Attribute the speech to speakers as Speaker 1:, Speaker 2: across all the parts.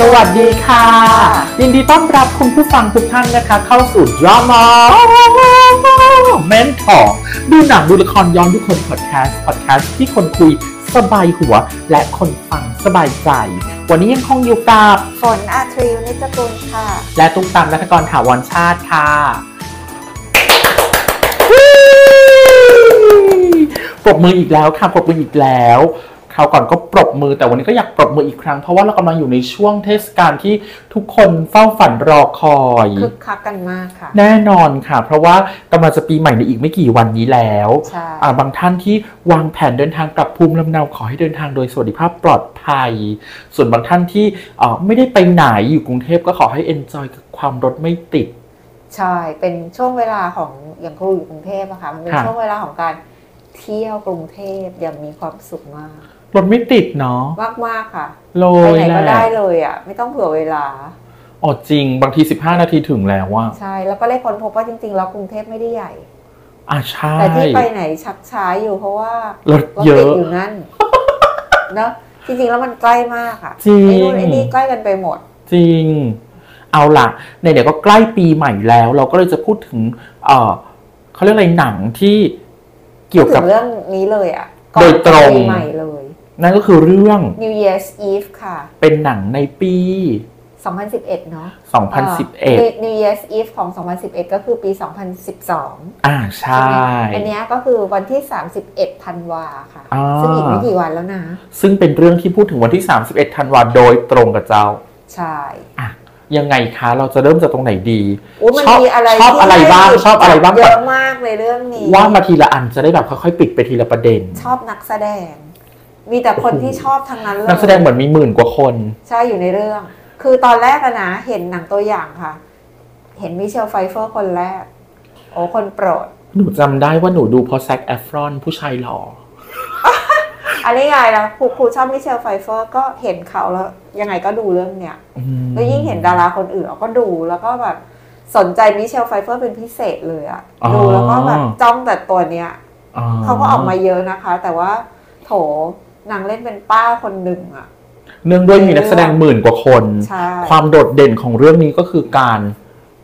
Speaker 1: สวัสดีค่ะ ยินดีต้อนรับคุณผู้ฟังทุกท่านนะคะ เข้าสู่ Drama Mentor ดูหนังดูละครย้อนดูคนพอดแคสต์พอดแคสต์ที่คนคุยสบายหัว และคนฟังสบายใจ วันนี้ยังคงอยู่กับ
Speaker 2: ฝนอาทรีวนิจกุลค่ะ
Speaker 1: และตุ้มตามนักกรถาวรชาติค่ะ ปรบมืออีกแล้วค่ะ ปรบมืออีกแล้ว คราวก่อนก็ปรบมือแต่วันนี้ก็อยากปรบมืออีกครั้ง เพราะว่าเรากำลังอยู่ในช่วงเทศกาลที่ทุกคนเฝ้าฝันรอคอย
Speaker 2: คึกคักกันมากค่ะ
Speaker 1: แน่นอนค่ะ เพราะว่ากำลังจะปีใหม่ในอีกไม่กี่วันนี้แล้ว
Speaker 2: ใช่
Speaker 1: อ่าบางท่านที่วางแผนเดินทางกลับภูมิลำเนาขอให้เดินทางโดยสวัสดิภาพปลอดภัย ส่วนบางท่านที่เอ่อไม่ได้ไปไหนอยู่กรุงเทพก็ขอให้ enjoy กับความรถไม่ติด
Speaker 2: ใช่ เป็นช่วงเวลาของอย่างครูอยู่กรุงเทพอะค่ะ มันเป็น
Speaker 1: ค่ะ
Speaker 2: ช่วงเวลาของการเที่ยวกรุงเทพอย่างมีความสุขมาก
Speaker 1: รถไม่ติดเนาะ
Speaker 2: มากๆค่ะ
Speaker 1: โล
Speaker 2: ไป
Speaker 1: ย
Speaker 2: ไหน
Speaker 1: แห
Speaker 2: ก็
Speaker 1: ละ
Speaker 2: ได้เลยอะไม่ต้องเผื่อเวลา
Speaker 1: อ๋อจริง บางที 15 นาทีถึงแล้วว่า
Speaker 2: ใช่ แล้วก็ได้ค้นพบว่าจริงๆ แล้วกรุงเทพไม่ได้ใหญ่
Speaker 1: อ่าใช่
Speaker 2: แต่ที่ไปไหนชักช้าอยู่เพราะว่าร
Speaker 1: ถ
Speaker 2: รถ
Speaker 1: เย
Speaker 2: ติด
Speaker 1: อะ
Speaker 2: อยู่ นั่น เนอะจริงๆ แล้วมันใกล้มากอะ
Speaker 1: จริง
Speaker 2: ไอ้นู่นไอ้นี่ใกล้กันไปหมด
Speaker 1: จริง เอาล่ะในเดี๋ยวก็ใกล้ปีใหม่แล้ว เราก็เลยจะพูดถึงเอ่อเขาเรียกอะไรหนังที่เกี่ยวกับ
Speaker 2: ถึงเรื่องนี้เลยอะก่
Speaker 1: โดยตรง
Speaker 2: ปีใหม่เลย
Speaker 1: นั่นก็คือเรื่อง
Speaker 2: New Year's Eve ค่ะ
Speaker 1: เป็นหนังในปี
Speaker 2: 2011 เนาะ
Speaker 1: 2011
Speaker 2: อ่า New Year's Eve ของ 2011 ก็คือปี 2012
Speaker 1: อ่าใช่
Speaker 2: อันเนี้ยก็คือวันที่ 31ธันวาค่ะ
Speaker 1: อ่า
Speaker 2: ซึ่งอีกไม่กี่วันแล้วนะ
Speaker 1: ซึ่งเป็นเรื่องที่พูดถึงวันที่ 31 ธันวาโดยตรงกับเจ้า
Speaker 2: ใช่
Speaker 1: อ่ะ ยังไงคะ เราจะเริ่มจากตรงไหนดี
Speaker 2: อุ๊ยมัน
Speaker 1: ชอบ
Speaker 2: มีอะไร
Speaker 1: ชอบ
Speaker 2: ที่
Speaker 1: อะไรบ้าง
Speaker 2: น่
Speaker 1: ชอบอะไรบ้าง
Speaker 2: เยอะมากเลยเรื่องนี้
Speaker 1: ว่ามาทีละอันจะได้แบบค่อยๆ ปิดไปทีละประเด็น
Speaker 2: ชอบนักแสดง มีแต่คนที่ชอบทั้งนั้นเลย
Speaker 1: นักแสดงเหมือนมีหมื่นกว่าคน
Speaker 2: ใช่อยู่ในเรื่อง คือตอนแรกอะนะ เห็นหนังตัวอย่างค่ะ เห็นมิเชลไฟเฟอร์คนแรก โอ้คนโปรด
Speaker 1: หนูจำได้ว่าหนูดูเพอแซกแอฟรอนผู้ชายหล่อ
Speaker 2: อันนี้ไงล่ะครูครูชอบมิเชลไฟเฟอร์ก็เห็นเขาแล้ว ยังไงก็ดูเรื่องเนี้ย
Speaker 1: อืม
Speaker 2: แล้วยิ่งเห็นดาราคนอื่นเราก็ดูแล้วก็แบบสนใจมิเชลไฟเฟอร์เป็นพิเศษเลยอะดูแล้วก็แบบจ้องแต่ตัวเนี้ยเขาก็ออกมาเยอะนะคะ แต่ว่าโถนางเล่นเป็นป้าคนหนึ่งอะ
Speaker 1: เนื่องด้วยมีนักแสดงหมื่นกว่าคน
Speaker 2: ใช่
Speaker 1: ความโดดเด่นของเรื่องนี้ก็คือการ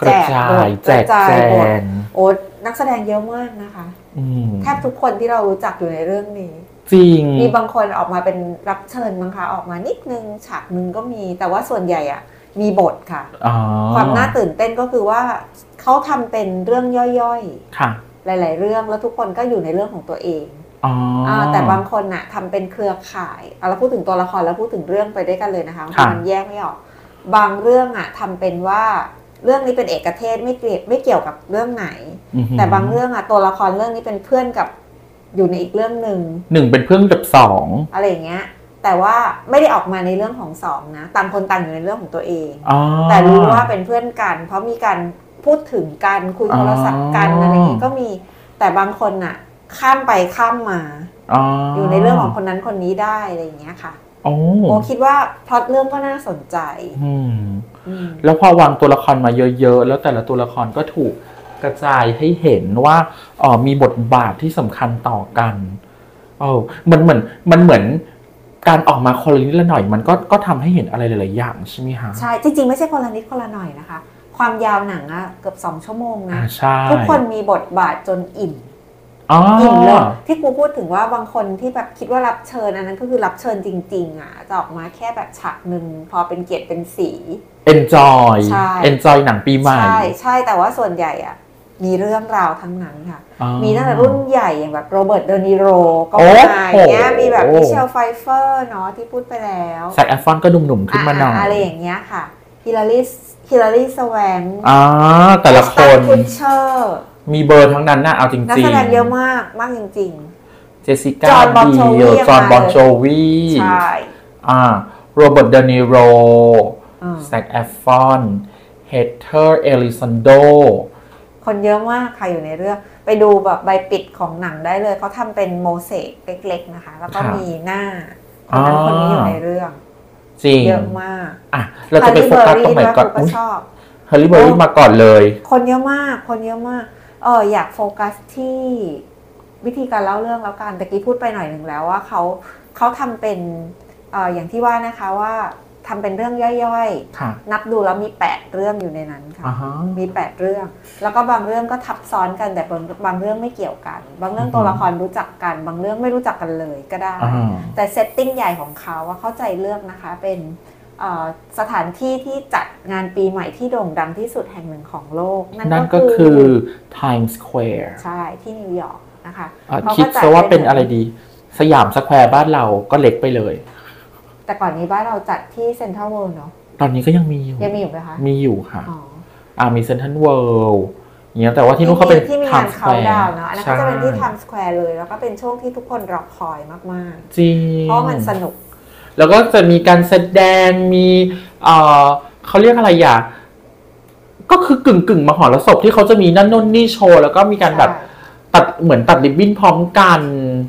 Speaker 1: กระจายแจ
Speaker 2: แจ
Speaker 1: ก
Speaker 2: ก
Speaker 1: แจ
Speaker 2: กระจายหมด
Speaker 1: ง
Speaker 2: โอ้นักแสดงเยอะมากนะคะ
Speaker 1: อืม
Speaker 2: แทบทุกคนที่เรารู้จักอยู่ในเรื่องนี้
Speaker 1: จริง
Speaker 2: มีบางคนออกมาเป็นรับเชิญมั้งคะออกมานิดนึงฉากนึงก็มี แต่ว่าส่วนใหญ่อะมีบทค่ะ
Speaker 1: อ๋อ
Speaker 2: ความน่าตื่นเต้นก็คือว่าเขาทำเป็นเรื่องย่อย
Speaker 1: ค่ะ
Speaker 2: ๆ หลาย ๆ เรื่องแล้วทุกคนก็อยู่ในเรื่องของตัวเอง
Speaker 1: อ๋ออ
Speaker 2: าแต่บางคนน่ะทำเป็นเครือข่ายเอาเราพูดถึงตัวละครแล้วพูดถึงเรื่องไปด้วยกันเลยนะคะ
Speaker 1: ค่ะ
Speaker 2: มันแยกไม่ออก บางเรื่องอ่ะทำเป็นว่าเรื่องนี้เป็นเอกเทศไม่เกี่ยวไม่เกี่ยวกับเรื่องไหน
Speaker 1: อื้อหื
Speaker 2: แต่บางเรื่องอ่ะตัวละครเรื่องนี้เป็นเพื่อนกับอยู่ในอีกเรื่องหนึ่ง
Speaker 1: หนึ่งเป็นเพื่อนกับสอง
Speaker 2: อะไรอย่างเงี้ย แต่ว่าไม่ได้ออกมาในเรื่องของสองนะต่างคนต่างอยู่ในเรื่องของตัวเอง
Speaker 1: อ๋อ
Speaker 2: แต่รู้ว่าเป็นเพื่อนกัน เพราะมีการพูดถึงกันคุยโทรศัพท์กัน
Speaker 1: อ๋ออ
Speaker 2: อะไรอย่างงี้ก็มีแต่บางคนน่ะ ข้ามไปข้ามมา อยู่ในเรื่องของคนนั้นคนนี้ได้อะไรอย่างเงี้ยค่ะ
Speaker 1: โอ้
Speaker 2: โอคิดว่าพล็อตเรื่องก็น่าสนใจ
Speaker 1: อืม
Speaker 2: อืม
Speaker 1: แล้วพอวางตัวละครมาเยอะๆ แล้วแต่ละตัวละครก็ถูกกระจายให้เห็นว่าเออมีบทบาทที่สำคัญต่อกันเออมันเหมือนมันเหมือนการออกมาคนละนิดละหน่อย มันก็ก็ทำให้เห็นอะไรหลายๆอย่างใช่ไหมฮะ
Speaker 2: ใช่จริง ๆ ไม่ใช่คนละนิดคนละหน่อยนะคะ ความยาวหนังอะเกือบสองชั่วโมง
Speaker 1: อ่า
Speaker 2: นะ
Speaker 1: ใช่
Speaker 2: ทุกคนมีบทบาทจนอิ่ม
Speaker 1: อ๋ออ
Speaker 2: อิ่มเลยที่กูพูดถึงว่าบางคนที่แบบคิดว่ารับเชิญอันนั้นก็คือรับเชิญจริง ๆ อ่ะจะออกมาแค่แบบฉากหนึ่งพอเป็นเกียรติเป็นสี
Speaker 1: เอนจอย
Speaker 2: ใช่
Speaker 1: เอนจอยหนังปีใหม่
Speaker 2: ใช่ใช่แต่ว่าส่วนใหญ่อ่ะ มีเรื่องราวทั้งนั้นค่ะ
Speaker 1: อ๋อ
Speaker 2: มีตั้งแต่รุ่นใหญ่อย่างแบบโรเบิร์ตเดนิโรก็
Speaker 1: โอ้โห
Speaker 2: มาอย่างเงี้ยมีแบบมิเชลไฟเฟอร์เนาะที่พูดไปแล้ว
Speaker 1: แซกแอฟฟอนก็หนุ่มๆขึ้นมาหน่อย
Speaker 2: ะะอะไรอย่างเงี้ยค่ะฮิลลารีฮิลลารีสแวง
Speaker 1: อ่าแต่ละคน
Speaker 2: คุชเชอร์
Speaker 1: มีเบอร์ทั้งนั้นนะเอาจริง
Speaker 2: นัก
Speaker 1: ๆ
Speaker 2: แสดงเยอะมากมากจริง
Speaker 1: เจสสิก้า
Speaker 2: จอห์นบอนโจวี
Speaker 1: จอห์น
Speaker 2: มาเลย
Speaker 1: บอนโจวี
Speaker 2: ๆใช่
Speaker 1: อ่าโรเบิร์ตเดนิโร
Speaker 2: อ่า
Speaker 1: แซกแอฟฟอนเฮเทอร์เอลิซันโด
Speaker 2: คนเยอะมากค่ะอยู่ในเรื่อง ไปดูแบบใบปิดของหนังได้เลยเขาทำเป็นโมเสกเล็กๆนะคะ แล้วก็
Speaker 1: ครับ
Speaker 2: มีหน้าคนนั้นคนนี้อยู่
Speaker 1: อ่า
Speaker 2: ในเรื่อง
Speaker 1: จริง
Speaker 2: เยอะมาก
Speaker 1: อ่ะเราจะไปโฟกัสตรงไหน
Speaker 2: ด้วย
Speaker 1: ก่อน
Speaker 2: ครูก็ชอบ
Speaker 1: ฮาริเบอรี่
Speaker 2: โอ้
Speaker 1: มาก่อนเลย
Speaker 2: คนเยอะมาก คนเยอะมากเอออยากโฟกัสที่วิธีการเล่าเรื่องแล้วกันตะกี้พูดไปหน่อยหนึ่งแล้วว่าเขาเขาทำเป็นเอออย่างที่ว่านะคะว่าท ทำเป็นเรื่องย่อย
Speaker 1: ค่ะ
Speaker 2: ๆ นับดูแล้วมี 8 เรื่องอยู่ในนั้นค่ะ
Speaker 1: อ่าฮะ
Speaker 2: มี 8 เรื่อง แล้วก็บางเรื่องก็ทับซ้อนกันแต่บางบางเรื่องไม่เกี่ยวกัน บางเรื่อง
Speaker 1: อือฮึ
Speaker 2: ตัวละครรู้จักกัน บางเรื่องไม่รู้จักกันเลยก็ได้
Speaker 1: อ่า
Speaker 2: แต่เซตติ้งใหญ่ของเขาอะเข้าใจเลือกนะคะเป็นเอ่อสถานที่ที่จัดงานปีใหม่ที่โด่งดังที่สุดแห่งหนึ่งของโลก
Speaker 1: นั่นก็คือ Times Square
Speaker 2: ใช่ที่นิวยอร์กนะคะ
Speaker 1: อ่ะ
Speaker 2: เขาก็
Speaker 1: คิด
Speaker 2: จั
Speaker 1: ซะ
Speaker 2: ด
Speaker 1: ว่าเป็น
Speaker 2: เป็น
Speaker 1: อะไรดี สยามสแควร์บ้านเราก็เล็กไปเลย
Speaker 2: แต่ก่อนนี้บ้านเราจัดที่เซ็นทรัลเวิลด์เนาะ
Speaker 1: ตอนนี้ก็ยังมีอยู่
Speaker 2: ยังมีอยู่ไหมคะ
Speaker 1: มีอยู่ค่ะ
Speaker 2: อ๋อ
Speaker 1: อ่ามีเซนทันเวิลด์อย่างเงี้ยแต่ว่าที่นู้นเขาเป็น
Speaker 2: ที่มีงาน
Speaker 1: Times
Speaker 2: เขา
Speaker 1: Square
Speaker 2: ดาวน์เนาะอันนั้นก็จะเป็นที่ไท
Speaker 1: ใช่
Speaker 2: ม์สแควร์เลยแล้วก็เป็นช่วงที่ทุกคนรอคอยมาก
Speaker 1: จริง
Speaker 2: ๆ เพราะมันสนุก
Speaker 1: แล้วก็จะมีการแสดงมีเอ่อเขาเรียกอะไรอย่าง ก็คือกึ่งกึ่งๆมหรสพที่เขาจะมีนั่นนู่นนี่โชว์ แล้วก็มีการแบบตัดเหมือนตัดริบบิ้นพร้อมกัน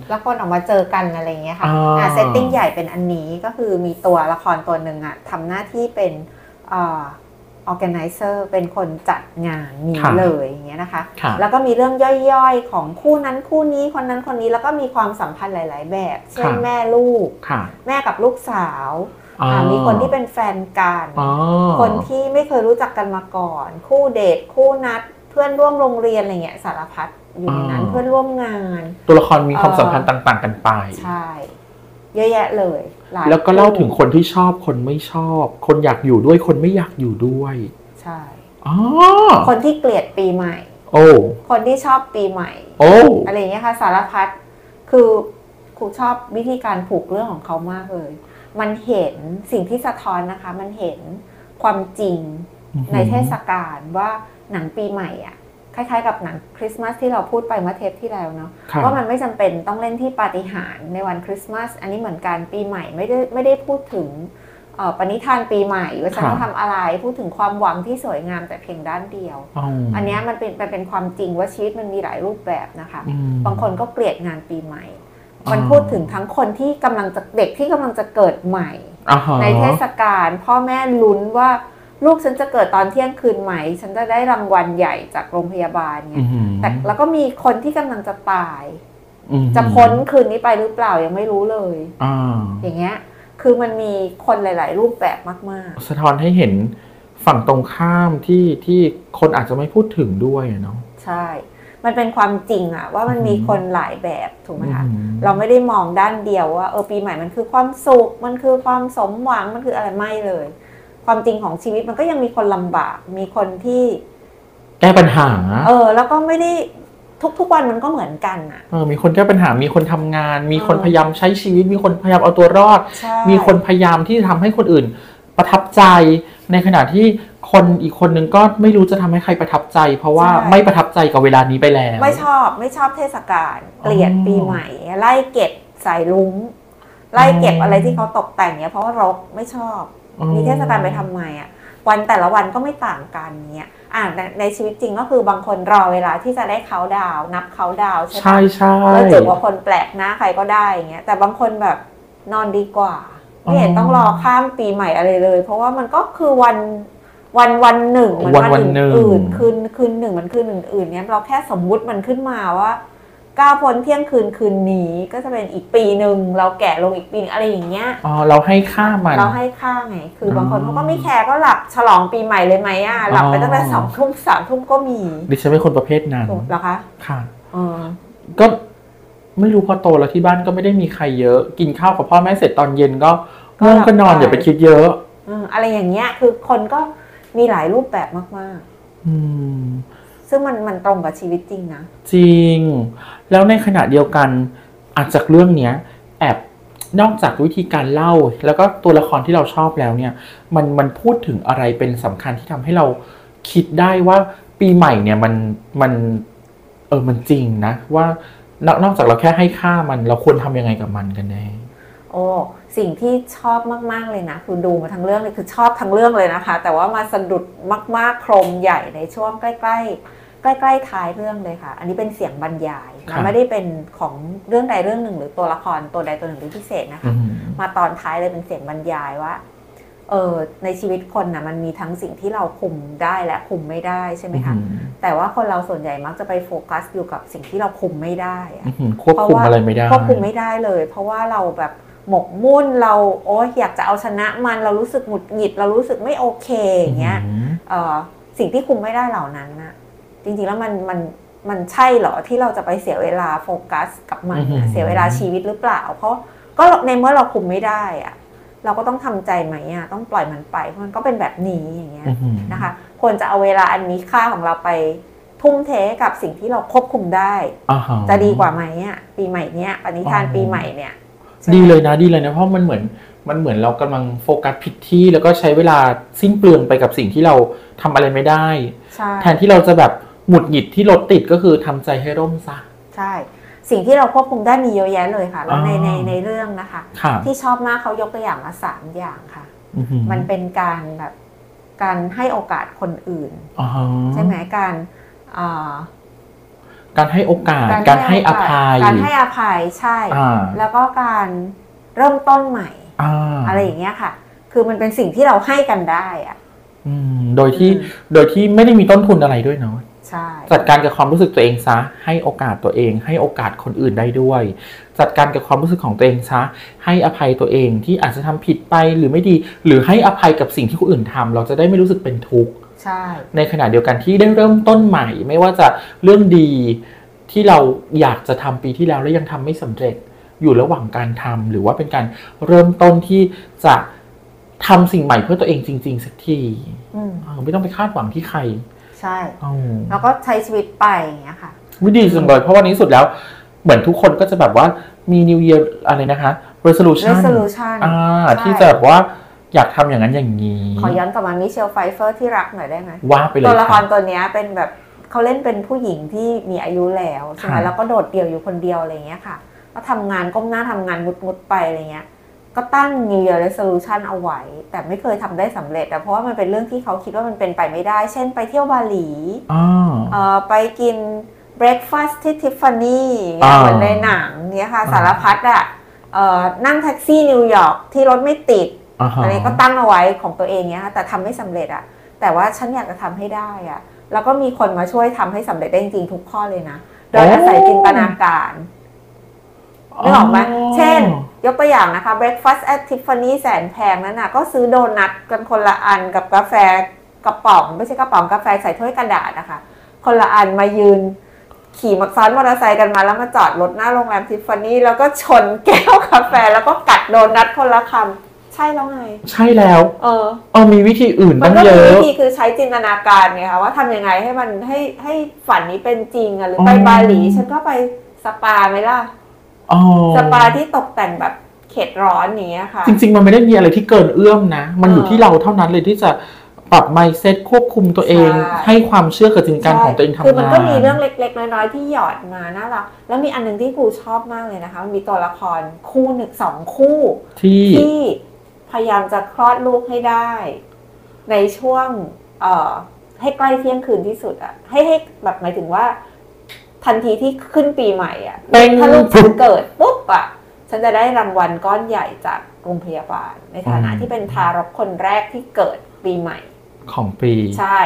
Speaker 2: แล้วคนออกมาเจอกันอะไรอย่างเงี้ยค่ะ
Speaker 1: อ่า
Speaker 2: เซตติ้งใหญ่เป็นอันนี้ก็คือมีตัวละครตัวหนึ่งอะทำหน้าที่เป็นเออ organizer เป็นคนจัดงานนี้เลยอย่างเงี้ยนะคะ
Speaker 1: ค่ะ
Speaker 2: แล้วก็มีเรื่องย่อยๆ ของคู่นั้นคู่นี้คนนั้นคนนี้แล้วก็มีความสัมพันธ์หลาย ๆ แบบ เช่น
Speaker 1: ค่ะ
Speaker 2: แม่ลูก
Speaker 1: ค่ะ
Speaker 2: แม่กับลูกสาว
Speaker 1: อ่า
Speaker 2: อ่ามีคนที่เป็นแฟนกัน
Speaker 1: อ๋อ
Speaker 2: คนที่ไม่เคยรู้จักกันมาก่อน คู่เดทคู่นัด เพื่อนร่วมโรงเรียนอะไรเงี้ยสารพัดอยู่ในนั้นเพื่อนร่วมงาน
Speaker 1: ตัวละครมีความ
Speaker 2: เอ่อ
Speaker 1: สัมพันธ์ต่าง ๆ กันไป
Speaker 2: ใช่ เยอะแยะเลยหย
Speaker 1: แล้วก็เล่าถึง
Speaker 2: คู่
Speaker 1: คนที่ชอบคนไม่ชอบ คนอยากอยู่ด้วยคนไม่อยากอยู่ด้วย
Speaker 2: ใช่
Speaker 1: อ๋อ
Speaker 2: คนที่เกลียดปีใหม่
Speaker 1: โอ้
Speaker 2: คนที่ชอบปีใหม่
Speaker 1: โอ้
Speaker 2: อะไรอย่างเงี้ยค่ะสารพัดคือครูชอบวิธีการผูกเรื่องของเขามากเลย มันเห็นสิ่งที่สะท้อนนะคะ มันเห็นความจริงในเทศกาลว่าหนังปีใหม่อ่ะคล้ายๆ กับหนังคริสต์มาสที่เราพูดไปเมื่อเทปที่แล้วเนาะ
Speaker 1: ค่ะ
Speaker 2: ว่ามันไม่จำเป็นต้องเล่นที่ปาฏิหาริย์ในวันคริสต์มาสอันนี้เหมือนกันปีใหม่ไม่ได้ไม่ได้พูดถึงเอ่อปณิธานปีใหม่ว่าฉันจะทำอะไรพูดถึงความหวังที่สวยงามแต่เพียงด้านเดียว อันเนี้ยมันเป็นมันเป็นความจริงว่าชีวิตมันมีหลายรูปแบบนะคะ
Speaker 1: อืม
Speaker 2: บางคนก็เกลียดงานปีใหม่
Speaker 1: อ๋อ
Speaker 2: มันพูดถึงทั้งคนที่กำลังจะเด็กที่กำลังจะเกิดใหม่
Speaker 1: อ่าฮะ
Speaker 2: ในเทศกาลพ่อแม่ลุ้นว่าลูกฉันจะเกิดตอนเที่ยงคืนไหม ฉันจะได้รางวัลใหญ่จากโรงพยาบาล
Speaker 1: อื
Speaker 2: เนี่ย
Speaker 1: ม
Speaker 2: แต่แล้วก็มีคนที่กำลังจะตาย
Speaker 1: อืม
Speaker 2: จะพ้นคืนนี้ไปหรือเปล่ายังไม่รู้เลย
Speaker 1: อ่า
Speaker 2: อย่างเงี้ยคือมันมีคนหลาย ๆ รูปแบบมาก
Speaker 1: สะท้อนให้เห็นฝั่งตรงข้ามที่ที่คนอาจจะไม่พูดถึงด้วยอะเนาะ
Speaker 2: ๆ ใช่ มันเป็นความจริงอะว่ามันมี
Speaker 1: อืม
Speaker 2: คนหลายแบบถูกไหมคะ
Speaker 1: อืม
Speaker 2: เราไม่ได้มองด้านเดียวว่าเออปีใหม่มันคือความสุข มันคือความสมหวังมันคืออะไรไม่เลย ความจริงของชีวิตมันก็ยังมีคนลำบาก มีคนที่
Speaker 1: แก้ปัญหา
Speaker 2: เออแล้วก็ไม่ได้ทุกๆวันมันก็เหมือนกันอะ
Speaker 1: เออมีคนแก้ปัญหา มีคนทำงาน มีคนพยายามใช้ชีวิต มีคนพยายามเอาตัวรอด
Speaker 2: ใช่
Speaker 1: มีคนพยายามที่จะทำให้คนอื่นประทับใจ ในขณะที่คนอีกคนนึงก็ไม่รู้จะทำให้ใครประทับใจ เพราะว่าไม่ประทับใจกับเวลานี้ไปแล้ว
Speaker 2: ไม่ชอบไม่ชอบเทศกาลเกลียด
Speaker 1: อ๋อ
Speaker 2: ปีใหม่ ไล่เก็บสายลุงไล่เก็บอะไรที่เขาตกแต่งเนี้ยเพราะว่ารกไม่ชอบ
Speaker 1: อ๋อ
Speaker 2: มีเทศกาลไปทำไมอ่ะวันแต่ละวันก็ไม่ต่างกันเนี้ยอ่าในในชีวิตจริงก็คือบางคนรอเวลาที่จะได้เขาดาวน์นับเขาดาวน์ใช่ไหม
Speaker 1: ใช่ใช่
Speaker 2: แล้วจุดว่าคนแปลกหน้าใครก็ได้อย่างเงี้ยแต่บางคนแบบนอนดีกว่า ไม่เห็นต้องรอข้ามปีใหม่อะไรเลย เพราะว่ามันก็คือวันวันวันหนึ่งมั
Speaker 1: วันวันหนึ่ง
Speaker 2: อื่นๆคืนคืนหนึ่งมันคืนอื่นๆเนี้ยเราแค่สมมุติมันขึ้นมาว่าก้าวพ้นเที่ยงคืนคืนนี้ก็จะเป็นอีกปีหนึ่งเราแก่ลงอีกปีหนึ่งอะไรอย่างเงี้ย
Speaker 1: อ๋อเราให้ค่ามัน
Speaker 2: เราให้ค่าไง คืออ
Speaker 1: ม
Speaker 2: บางคนเขาก็ไม่แคร์ก็หลับฉลองปีใหม่เลยไหมอ่ะ หลับไป
Speaker 1: อ๋อ
Speaker 2: ตั้งแต่สองทุ่มสามทุ่มก็มี
Speaker 1: ดิฉันเป็นคนประเภทนั้น
Speaker 2: ถูกเหรอคะ
Speaker 1: ค่ะ
Speaker 2: เออ
Speaker 1: ก็ไม่รู้พอโตแล้วที่บ้านก็ไม่ได้มีใครเยอะ กินข้าวกับพ่อแม่เสร็จตอนเย็นก็ง่วงก็นอนอย่าไปคิดเยอะ
Speaker 2: เอออะไรอย่างเงี้ย คือคนก็มีหลายรูปแบบมาก
Speaker 1: อืม
Speaker 2: ๆ ซึ่งมันมันตรงกับชีวิตจริงนะ
Speaker 1: จริง แล้วในขณะเดียวกันอาจจากเรื่องเนี้ยแอบนอกจากวิธีการเล่า แล้วก็ตัวละครที่เราชอบแล้วเนี่ย มันมันพูดถึงอะไรเป็นสำคัญที่ทำให้เราคิดได้ว่าปีใหม่เนี่ยมันมันเออมันจริงนะว่านอกนอกจากเราแค่ให้ค่ามันเราควรทำยังไงกับมันกันแน่
Speaker 2: โอ้ สิ่งที่ชอบมาก ๆ เลยนะ คือดูมาทั้งเรื่องเลย คือชอบทั้งเรื่องเลยนะคะ แต่ว่ามาสะดุดมาก ๆ โครงใหญ่ในช่วงใกล้ ๆ ใกล้ ๆ ท้ายเรื่องเลยค่ะ อันนี้เป็นเสียงบรรยาย
Speaker 1: ครั
Speaker 2: นะ
Speaker 1: บ
Speaker 2: ไม่ได้เป็นของเรื่องใดเรื่องหนึ่ง หรือตัวละครตัวใดตัวหนึ่งเป็นพิเศษนะคะ
Speaker 1: อืม
Speaker 2: มาตอนท้ายเลยเป็นเสียงบรรยายว่า เออในชีวิตคนนะมันมีทั้งสิ่งที่เราคุมได้และคุมไม่ได้ใช่ไหมคะ
Speaker 1: อืม
Speaker 2: แต่ว่าคนเราส่วนใหญ่มักจะไปโฟกัสอยู่กับสิ่งที่เราคุมไม่ได้อะ
Speaker 1: อืมควบคุมอะไรไม่ได้
Speaker 2: ควบคุมไม่ได้เลย เพราะว่าเราแบบ หมกมุ่นเราโอ้ยอยากจะเอาชนะมันเรารู้สึกหงุดหงิด เรารู้สึกไม่โอเคอย่างเงี้ย
Speaker 1: ม
Speaker 2: เอ่อสิ่งที่คุมไม่ได้เหล่านั้นนะจริงๆแล้วมันมันมันใช่เหรอที่เราจะไปเสียเวลาโฟกัสกับมันนะเสียเวลาชีวิตหรือเปล่า เพราะก็ในเมื่อเราคุมไม่ได้อะเราก็ต้องทำใจไหมอะต้องปล่อยมันไปเพราะมันก็เป็นแบบนี้อย่างเงี้ย
Speaker 1: อื้อหือ
Speaker 2: นะคะ ควรจะเอาเวลาอันมีค่าของเราไปทุ่มเทกับสิ่งที่เราควบคุมได้
Speaker 1: อ่าฮ
Speaker 2: จะดีกว่าไหมอะปีใหม่เนี้ยปณิธานปีใหม่เนี่ย
Speaker 1: ดีเลยนะดีเลยนะเพราะมันเหมือนมันเหมือนเรากำลังโฟกัสผิดที่แล้วก็ใช้เวลาสิ้นเปลืองไปกับสิ่งที่เราทำอะไรไม่ได้
Speaker 2: ใช่
Speaker 1: แทนที่เราจะแบบหงุดหงิดที่รถติดก็คือทำใจให้ร่มซะ
Speaker 2: ใช่ สิ่งที่เราควบคุมได้มีเยอะแยะเลยค่ะแล้วใน
Speaker 1: อ๋อ
Speaker 2: ในในเรื่องนะคะ
Speaker 1: ค่ะ
Speaker 2: ที่ชอบมากเขายกตัวอย่างมาสามอย่างค่ะ
Speaker 1: อื้อหือ
Speaker 2: มันเป็นการแบบการให้โอกาสคนอื่น
Speaker 1: อ๋อ
Speaker 2: ใช่ไหมการอ่า
Speaker 1: การให้โอกาสการให้อภัย
Speaker 2: การให้อภัยใช่
Speaker 1: อ่า
Speaker 2: แล้วก็การเริ่มต้นใหม่
Speaker 1: อ่า
Speaker 2: อะไรอย่างเงี้ยค่ะ คือมันเป็นสิ่งที่เราให้กันได้อะ
Speaker 1: อืมโดยที่โดยที่ไม่ได้มีต้นทุนอะไรด้วยเนาะ
Speaker 2: ใช่
Speaker 1: จัดการกับความรู้สึกตัวเองซะ ให้โอกาสตัวเอง ให้โอกาสคนอื่นได้ด้วย จัดการกับความรู้สึกของตัวเองซะ ให้อภัยตัวเองที่อาจจะทำผิดไปหรือไม่ดี หรือให้อภัยกับสิ่งที่คนอื่นทำเราจะได้ไม่รู้สึกเป็นทุกข์
Speaker 2: ใช่
Speaker 1: ในขณะเดียวกันที่ได้เริ่มต้นใหม่ ไม่ว่าจะเรื่องดีที่เราอยากจะทำปีที่แล้วและยังทำไม่สำเร็จอยู่ระหว่างการทำหรือว่าเป็นการเริ่มต้นที่จะทำสิ่งใหม่เพื่อตัวเองจริง ๆ สักที
Speaker 2: อืม
Speaker 1: เออไม่ต้องไปคาดหวังที่ใคร
Speaker 2: ใช่
Speaker 1: เอ้า
Speaker 2: แล้วก็ใช้ชีวิตไปอย่างเงี้ยค่ะ
Speaker 1: ไม่ดีจังเลยเพราะวันนี้สุดแล้วเหมือนทุกคนก็จะแบบว่ามี New Year อะไรนะคะ resolution
Speaker 2: resolution
Speaker 1: อ่า
Speaker 2: ใช่
Speaker 1: ที่จะแบบว่าอยากทำอย่างนั้นอย่างนี้
Speaker 2: ขอย้อนกลับมามิเชลไฟเฟอร์ที่รักหน่อยได้ไหม
Speaker 1: ว่าไปเลย
Speaker 2: ตัวละค
Speaker 1: ค่ะ
Speaker 2: รตัวเนี้ยเป็นแบบเขาเล่นเป็นผู้หญิงที่มีอายุแล้วใช่ไหม
Speaker 1: ค่ะ
Speaker 2: แล้วก็โดดเดี่ยวอยู่คนเดียวอะไรเงี้ยค่ะ ก็ทำงานก้มหน้าทำงานมุดๆไปอะไรเงี้ย ก็ตั้ง New Year Resolution เอาไว้ แต่ไม่เคยทำได้สำเร็จแต่เพราะว่ามันเป็นเรื่องที่เขาคิดว่ามันเป็นไปไม่ได้ เช่นไปเที่ยวบาหลี
Speaker 1: อ่า
Speaker 2: เอ่อไปกิน breakfast ที่ทิฟฟานี่
Speaker 1: อ่า
Speaker 2: เหมือนในหนังเนี้ยค่ะ
Speaker 1: อ่า
Speaker 2: สารพัดอ่ะเอ่อนั่งแท็กซี่นิวยอร์กที่รถไม่ติด
Speaker 1: อ่าฮะ
Speaker 2: อันนี้ก็ตั้งเอาไว้ของตัวเองเนี้ยค่ะแต่ทำไม่สำเร็จอะแต่ว่าฉันอยากจะทำให้ได้อะแล้วก็มีคนมาช่วยทำให้สำเร็จได้จริงๆทุกข้อเลยนะ โดย
Speaker 1: โอ้
Speaker 2: อาศัยจินตนาการนึกออกไหมเช่น ยกตัวอย่างนะคะ breakfast at Tiffany แสนแพงนั้นน่ะ ก็ซื้อโดนัทกันคนละอันกับกาแฟกระป๋อง ไม่ใช่กระป๋องกาแฟใส่ถ้วยกระดาษนะคะ คนละอันมายืน ขี่มอเตอร์ซ้อนมอเตอร์ไซค์กันมาแล้วมาจอดรถหน้าโรงแรมทิฟฟานี่แล้วก็ชนแก้วกาแฟแล้วก็กัดโดนัทคนละคำใช่แล้วไง
Speaker 1: ใช่แล้ว
Speaker 2: เออ
Speaker 1: เอามีวิธีอื่น
Speaker 2: มั
Speaker 1: ต้
Speaker 2: น
Speaker 1: อง
Speaker 2: ก็
Speaker 1: เย
Speaker 2: มี
Speaker 1: อะ
Speaker 2: วิธีคือใช้จินตนาการไงคะว่าทำยังไงให้มันให้ให้ฝันนี้เป็นจริงอะหรืออ
Speaker 1: อ
Speaker 2: ไปบาหลี ฉันก็ไปสปาไหมล่ะ
Speaker 1: อ๋อ
Speaker 2: สปาที่ตกแต่งแบบเขตร้อนอย่างเนี้ยค่ะ
Speaker 1: จริง ๆ มันไม่ได้มีอะไรที่เกินเอื้อมนะ มันอยู่
Speaker 2: เออ
Speaker 1: ที่เราเท่านั้นเลยที่จะปรับ mindset ควบคุมตัวเอง
Speaker 2: ใช่
Speaker 1: ให้ความเชื่อกับจินตนาการของตัวเองทำงาน
Speaker 2: คือมันก็มีเรื่องเล็ก ๆ น้อยๆที่หยอดมาน่ารักแล้วมีอันหนึงที่ครูชอบมากเลยนะคะมันมีตัวละครคู่หนึ่งสองคู่
Speaker 1: ที่
Speaker 2: ที่พยายามจะคลอดลูกให้ได้ ในช่วง เอ่อ ให้ใกล้เที่ยงคืนที่สุดอะให้ให้แบบหมายถึงว่า ทันทีที่ขึ้นปีใหม่อะ
Speaker 1: เป็น
Speaker 2: ถ้าลูกฉันเกิดปุ๊บอะฉันจะได้รางวัลก้อนใหญ่จากโรงพยาบาล ในฐานะที่เป็นทารกคนแรกที่เกิดปีใหม่
Speaker 1: ของปี
Speaker 2: ใช่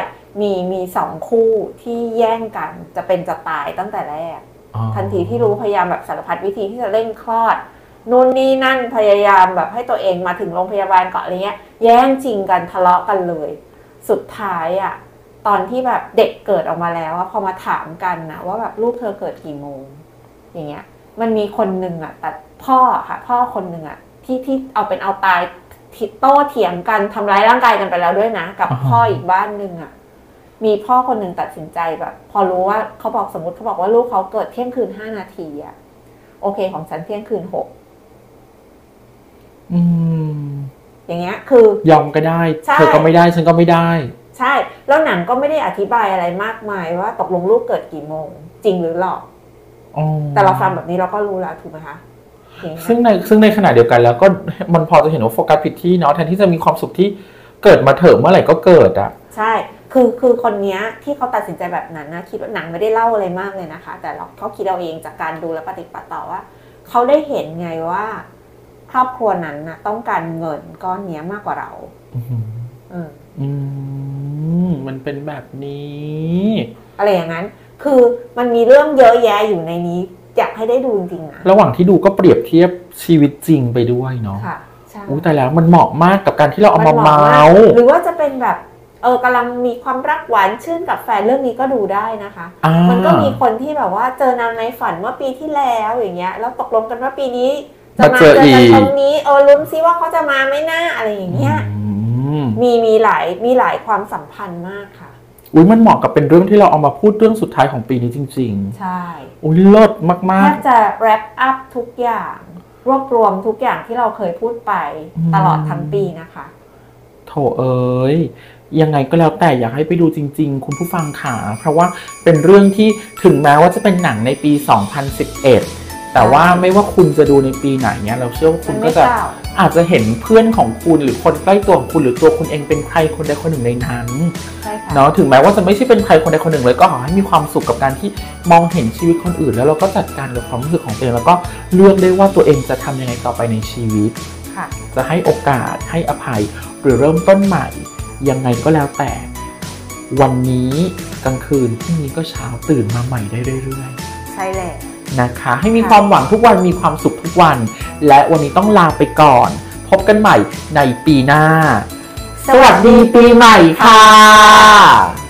Speaker 2: มีมีสองคู่ที่แย่งกันจะเป็นจะตายตั้งแต่แรก
Speaker 1: อ๋อ
Speaker 2: ทันทีที่รู้พยายามแบบสารพัดวิธีที่จะเร่งคลอดนู่นนี่นั่นพยายามแบบให้ตัวเองมาถึงโรงพยาบาลก่อนอะไรเงี้ย แย่งจริงกันทะเลาะกันเลย สุดท้ายอะ่ะ ตอนที่แบบเด็กเกิดออกมาแล้วอะพอมาถามกันนะว่าแบบลูกเธอเกิดกี่โมง อย่างเงี้ย มันมีคนหนึ่งอะ่ะแต่พ่อค่ะ พ่อคนหนึ่งอะ่ะที่ที่เอาเป็นเอาตายทิโต้เถียงกันทำร้ายร่างกายกันไปแล้วด้วยนะ กับพ่ออีกบ้านหนึ่งอ่ะ มีพ่อคนหนึ่งตัดสินใจแบบ พอรู้ว่าเขาบอกสมมติเขาบอกว่าลูกเขาเกิดเที่ยงคืนห้านาทีอะโอเคของฉันเที่ยงคืนหก
Speaker 1: อืม
Speaker 2: อย่างเงี้ยคือ
Speaker 1: ยอมก็ได้
Speaker 2: ใช่
Speaker 1: เธอก็ไม่ได้ฉันก็ไม่ได้
Speaker 2: ใช่ แล้วหนังก็ไม่ได้อธิบายอะไรมากมายว่าตกลงลูกเกิดกี่โมง จริงหรือหลอก
Speaker 1: อ๋อ
Speaker 2: แต่เราฟังแบบนี้เราก็รู้แล้วถูกไหมคะอย่างเงี้ย
Speaker 1: ซึ่งในซึ่งในขณะเดียวกันแล้วก็มันพอจะเห็นว่าโฟกัสผิดที่เนาะแทนที่จะมีความสุขที่เกิดมาเถอะเมื่อไหร่ก็เกิดอ่ะ
Speaker 2: ใช่ คือคือคนเนี้ยที่เขาตัดสินใจแบบนั้นนะคิดว่าหนังไม่ได้เล่าอะไรมากเลยนะคะ แต่เราเขาคิดเอาเองจากการดูและปฏิบัติต่อว่าเขาได้เห็นไงว่า ครอบครัวนั้นนะต้องการเงินก้อนเนี้ยมากกว่าเรา อืม
Speaker 1: อืมมันเป็นแบบนี้
Speaker 2: อะไรอย่างนั้น คือมันมีเรื่องเยอะแยะอยู่ในนี้ อยากให้ได้ดูจริงๆนะ
Speaker 1: ระหว่างที่ดูก็เปรียบเทียบชีวิตจริงไปด้วยเนาะ
Speaker 2: ค่ะใช่
Speaker 1: อู้แต่แล้วมันเหมาะมากกับการที่เราเอามานเมา
Speaker 2: หะก
Speaker 1: ส์
Speaker 2: หรือว่าจะเป็นแบบเออกำลังมีความรักหวานชื่นกับแฟนเรื่องนี้ก็ดูได้นะคะ
Speaker 1: อ่า
Speaker 2: มันก็มีคนที่แบบว่าเจอนางในฝันเมื่อปีที่แล้วอย่างเงี้ยแล้วตกลงกันว่าปีนี้จะมาเจอกันตรงนี้เออลุ้นซิว่าเขาจะมาไหมนะอะไรอย่างเงี้ย
Speaker 1: อืม
Speaker 2: มีมีหลายมีหลายความสัมพันธ์มากค่ะ
Speaker 1: อุ้ยมันเหมาะกับเป็นเรื่องที่เราเอามาพูดเรื่องสุดท้ายของปีนี้จริง
Speaker 2: ใช่
Speaker 1: ๆ อุ้ยเลิศมาก
Speaker 2: แทบจะ wrap up ทุกอย่าง รวบรวมทุกอย่างที่เราเคยพูดไป
Speaker 1: อืม
Speaker 2: ตลอดทั้งปีนะคะ
Speaker 1: ๆ โถเอ้ยยังไงก็แล้วแต่อยากให้ไปดูจริง ๆ คุณผู้ฟังค่ะเพราะว่าเป็นเรื่องที่ถึงแม้ว่าจะเป็นหนังในปี 2011 แต่ว่าไม่ว่าคุณจะดูในปีไหนเนี่ยเราเชื่อว่าคุ
Speaker 2: มั
Speaker 1: ณก็
Speaker 2: นไม่
Speaker 1: จะ
Speaker 2: เศร้า
Speaker 1: อาจจะเห็นเพื่อนของคุณหรือคนใกล้ตัวของคุณหรือตัวคุณเองเป็นใครคนใดคนหนึ่งในนั้น
Speaker 2: ใช่ค่ะ
Speaker 1: เนาะถึงแม้ว่าจะไม่ใช่เป็นใครคนใดคนหนึ่งเลยก็ขอให้มีความสุขกับการที่มองเห็นชีวิตคนอื่น แล้วเราก็จัดการกับความรู้สึกของตัวเองแล้วก็เลือกได้ว่าตัวเองจะทำยังไงต่อไปในชีวิต
Speaker 2: ค่ะ
Speaker 1: จะให้โอกาสให้อภัยหรือเริ่มต้นใหม่ ยังไงก็แล้วแต่ วันนี้กลางคืนพรุ่งนี้ก็เช้าตื่นมาใหม่ได้เรื่อยๆ
Speaker 2: ใช่แหละ
Speaker 1: นะคะให้มีความหวังทุกวันมีความสุขทุกวัน และวันนี้ต้องลาไปก่อน พบกันใหม่ในปีหน้า สวัสดีปีใหม่ค่ะ